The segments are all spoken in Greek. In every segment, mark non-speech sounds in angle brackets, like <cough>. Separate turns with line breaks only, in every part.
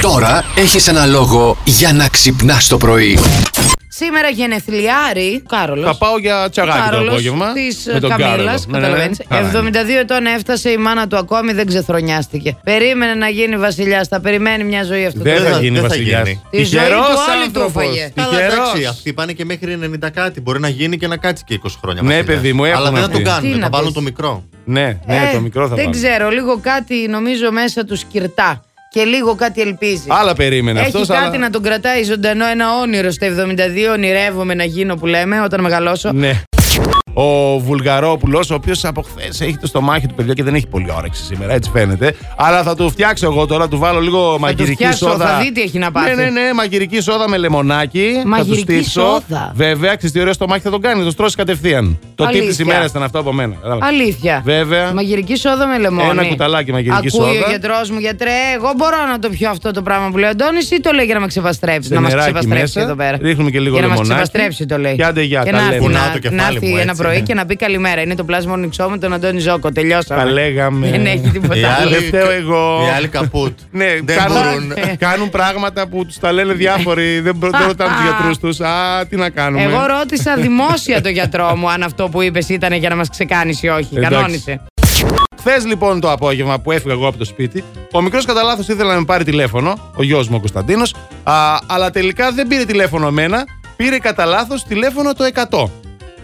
Τώρα έχεις ένα λόγο για να ξυπνάς το πρωί.
Σήμερα γενεθλιάρη. Κάρολος.
Θα πάω για τσαγάκι το απόγευμα.
Της Καμίλα.
Ναι,
Καταλαβαίνει. 72 ετών έφτασε η μάνα του ακόμη δεν ξεθρονιάστηκε. Περίμενε να γίνει βασιλιάς. Θα περιμένει μια ζωή αυτό
Δεν
το
θα
παιδί.
γίνει
δεν θα
βασιλιάς.
γίνει.
Τη ζωή του
Τυχερός
όλη του
άνθρωπος.
έφαγε.
Καλά,
Τυχερός.
εντάξει, αυτοί πάνε και μέχρι 90 κάτι. Μπορεί να γίνει και να κάτσει και 20 χρόνια.
Ναι,
βασιλιάς.
παιδί μου,
Αλλά
έχουν
δεν θα
αυτοί.
τον
Τι
κάνουν.
να
Θα βάλουν
πεις.
το μικρό.
Ναι, ναι,
Ε,
το μικρό θα
Δεν
πάω.
ξέρω, λίγο κάτι νομίζω μέσα του σκυρτά. Και λίγο κάτι ελπίζει.
Άλλα περίμενε
Έχει
αυτός.
κάτι να τον κρατάει ζωντανό ένα όνειρο στα 72. Ονειρεύομαι να γίνω που λέμε όταν μεγαλώσω.
Ναι. Ο Βουλγαρόπουλος, ο οποίος από χθες έχει το στομάχι του παιδιά και δεν έχει πολύ όρεξη σήμερα, έτσι φαίνεται. Αλλά θα του φτιάξω εγώ τώρα, του βάλω λίγο μαγειρική
φτιάξω,
σόδα.
θα δει τι έχει να πάθει.
Ναι, ναι, ναι, μαγειρική σόδα με λεμονάκι.
Μαγειρική
θα του στύψω.
σόδα.
Βέβαια, ξέρεις τι ωραίο στομάχι θα τον κάνει, θα το στρώσει κατευθείαν. Το τύπ
Αλήθεια.
της ημέρας ήταν αυτό από μένα. κατάλαβα.
Αλήθεια.
Λοιπόν, Βέβαια.
Μαγειρική σόδα με λεμόνι.
Ένα κουταλάκι μαγειρική
Ακούει
σόδα.
ο γιατρός μου, γιατρέ, εγώ μπορώ να το πιω αυτό το πράγμα που λέει ο Αντώνης ή το λέει για να με ξεβαστρέψει.
Σε
Να μας
νεράκι
ξεβαστρέψει
μέσα,
εδώ πέρα.
ρίχνουμε και λίγο
για να μας
λεμονάκι.
ξεβαστρέψει το λέει.
Και άντε γεια, τα
να
λέμε.
έρθει
Κουνάω
να-
το
να
κεφάλι
έρθει
μου,
ένα
έτσι,
πρωί
ναι.
και να πει καλημέρα. Είναι το πλάσμα νιξό με τον Αντώνη Ζόκο. Τελειώσαμε.
Τα λέγαμε.
Δεν έχει
Οι
τίποτα άλλο.
άλλοι,
Δεν φταίω εγώ.
Οι άλλοι καπούτ.
<laughs> Ναι,
δεν
κάνουν,
μπορούν.
Ε,
κάνουν πράγματα που τους τα λένε διάφοροι. δεν μπο- δεν ρωτάνε τους γιατρούς τους. Α, τι να κάνουμε.
Εγώ ρώτησα δημόσια το γιατρό μου αν αυτό που είπες ήταν για να μας ξεκάνεις ή όχι.
Εντάξει.
Κανόνισε.
Χθες λοιπόν το απόγευμα που έφυγα εγώ από το σπίτι, ο μικρός κατά λάθος ήθελε να με πάρει τηλέφωνο, ο γιος μου ο Κωνσταντίνος, αλλά τελικά δεν πήρε τηλέφωνο εμένα, πήρε κατά λάθος τηλέφωνο το 100.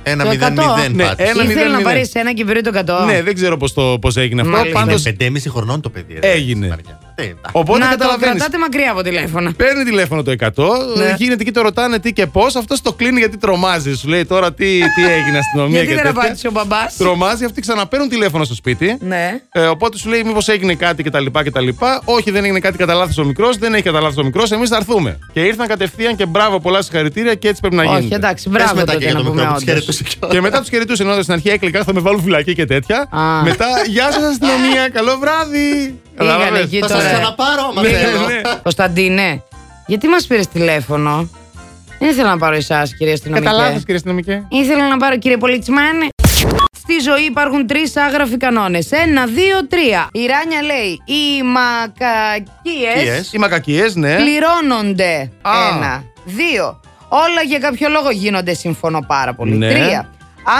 Ένα
Το
0-0
Ναι,
πάτησε.
ένα-
Ήθελε
μηδέν,
να
μηδέν.
πάρεις ένα και πήρε το 100.
Ναι, δεν ξέρω πώς πώς έγινε αυτό.
Μάλιστα.
Πάντως,
Είναι 5,5 χρονών το παιδί. ρε.
Έγινε.
Μαριά. Ε, εντάξει.
οπότε
να το
καταλαβαίνεις.
κρατάτε μακριά από τηλέφωνα.
Παίρνει τηλέφωνο το 100,
Ναι.
γίνεται και το ρωτάνε τι και πώς. Αυτό το κλείνει γιατί τρομάζει. Σου λέει τώρα τι, τι έγινε, αστυνομία
Γιατί
και
δεν
τέτοια.
απάντησε ο μπαμπάς?
Τρομάζει, αυτοί ξαναπαίρνουν τηλέφωνο στο σπίτι.
Ναι.
Ε, οπότε σου λέει μήπως έγινε κάτι κτλ. κτλ. Όχι, δεν έγινε κάτι κατά λάθος ο μικρός, δεν έχει κατά λάθος ο μικρός, εμείς θα έρθουμε. Και ήρθαν κατευθείαν και μπράβο, πολλά συγχαρητήρια και έτσι πρέπει να γίνει.
Όχι, εντάξει,
Πες
μπράβο
μετά
τότε
και για
να
το
πούμε
μικρό που
όντως.
τους χαιρετούσε κιόλας.
Και μετά τους χαιρετούσε ενώ στην αρχή έκλεικα, θα με βάλουν φυλακή και τέτοια.
Α.
Μετά, γεια σας αστυνομία, καλό βράδυ. Καταλάβες.
εκεί
Θα
τώρα.
σα ξαναπάρω, μα
Ναι,
θέλω.
ναι.
Κωνσταντίνε, γιατί μας πήρες τηλέφωνο. Δεν ήθελα να πάρω εσάς, κυρία αστυνομικέ.
Κατά λάθο, κύριε αστυνομικέ.
Ήθελα να πάρω, κύριε Πολιτσμάνε. Στη ζωή υπάρχουν τρεις άγραφοι κανόνες. Ένα, δύο, τρία. Η Ράνια λέει: Οι μακακίες
Yes.
Οι μακακίες, ναι.
πληρώνονται.
Α.
Ένα. Δύο. Όλα για κάποιο λόγο γίνονται, συμφωνώ πάρα πολύ.
Ναι.
Τρία.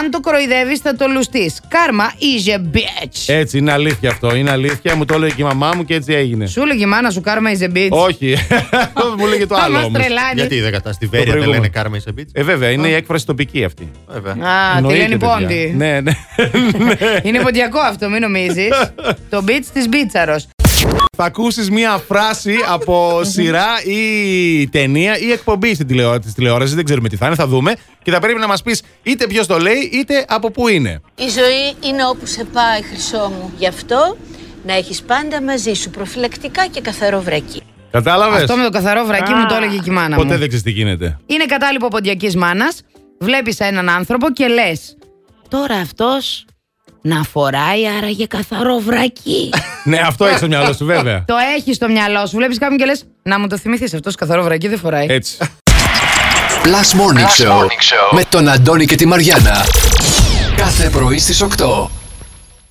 Αν το κοροϊδεύεις, θα το λουστείς. Κάρμα is a bitch.
Ε.
Έτσι, είναι αλήθεια αυτό. Είναι αλήθεια. Μου το έλεγε και η μαμά μου και έτσι έγινε.
Σου λέγει η μάνα σου, κάρμα is a bitch.
Όχι. <laughs> μου λέγε το
Θα
άλλο
μας
όμως.
τρελάνεις.
Γιατί δεν κατά στη Βέρεια δεν
προηγούμενο.
λένε κάρμα είσαι μπίτσα.
Ε, βέβαια, είναι η έκφραση τοπική αυτή.
Βέβαια.
Α, τη
Εννοείται,
λένε
παιδιά.
πόντι. <laughs>
Ναι, ναι. ναι.
Είναι ποντιακό αυτό, μην
<laughs>
νομίζεις. το beach της Μπίτσαρος.
Θα ακούσεις μία φράση από σειρά ή ταινία ή εκπομπή στην τηλεό- της τηλεόρασης. Δεν ξέρουμε τι θα είναι, θα δούμε. Και θα πρέπει να μας πεις είτε ποιος το λέει, είτε από πού είναι.
Η ζωή είναι όπου σε πάει, χρυσό μου. Γι' αυτό να έχεις πάντα μαζί σου προφυλακτικά και καθαρό βρακί.
Κατάλαβες.
Αυτό με το καθαρό βρακί μου το έλεγε και η μάνα
Ποτέ
μου.
δεν ξέρεις τι γίνεται.
Είναι κατάλοιπο ποντιακής μάνας. Βλέπεις έναν άνθρωπο και λες. Τώρα αυτός να φοράει άραγε καθαρό βρακί.
ναι, αυτό έχει στο μυαλό σου,
<laughs>
βέβαια.
το έχει στο μυαλό σου. Βλέπεις κάποιον και λες. Να μου το θυμηθείς αυτός καθαρό βρακί δεν φοράει.
Έτσι.
Plus Morning, Show, με τον Αντώνη και τη Μαριάνα. Κάθε πρωί στις 8.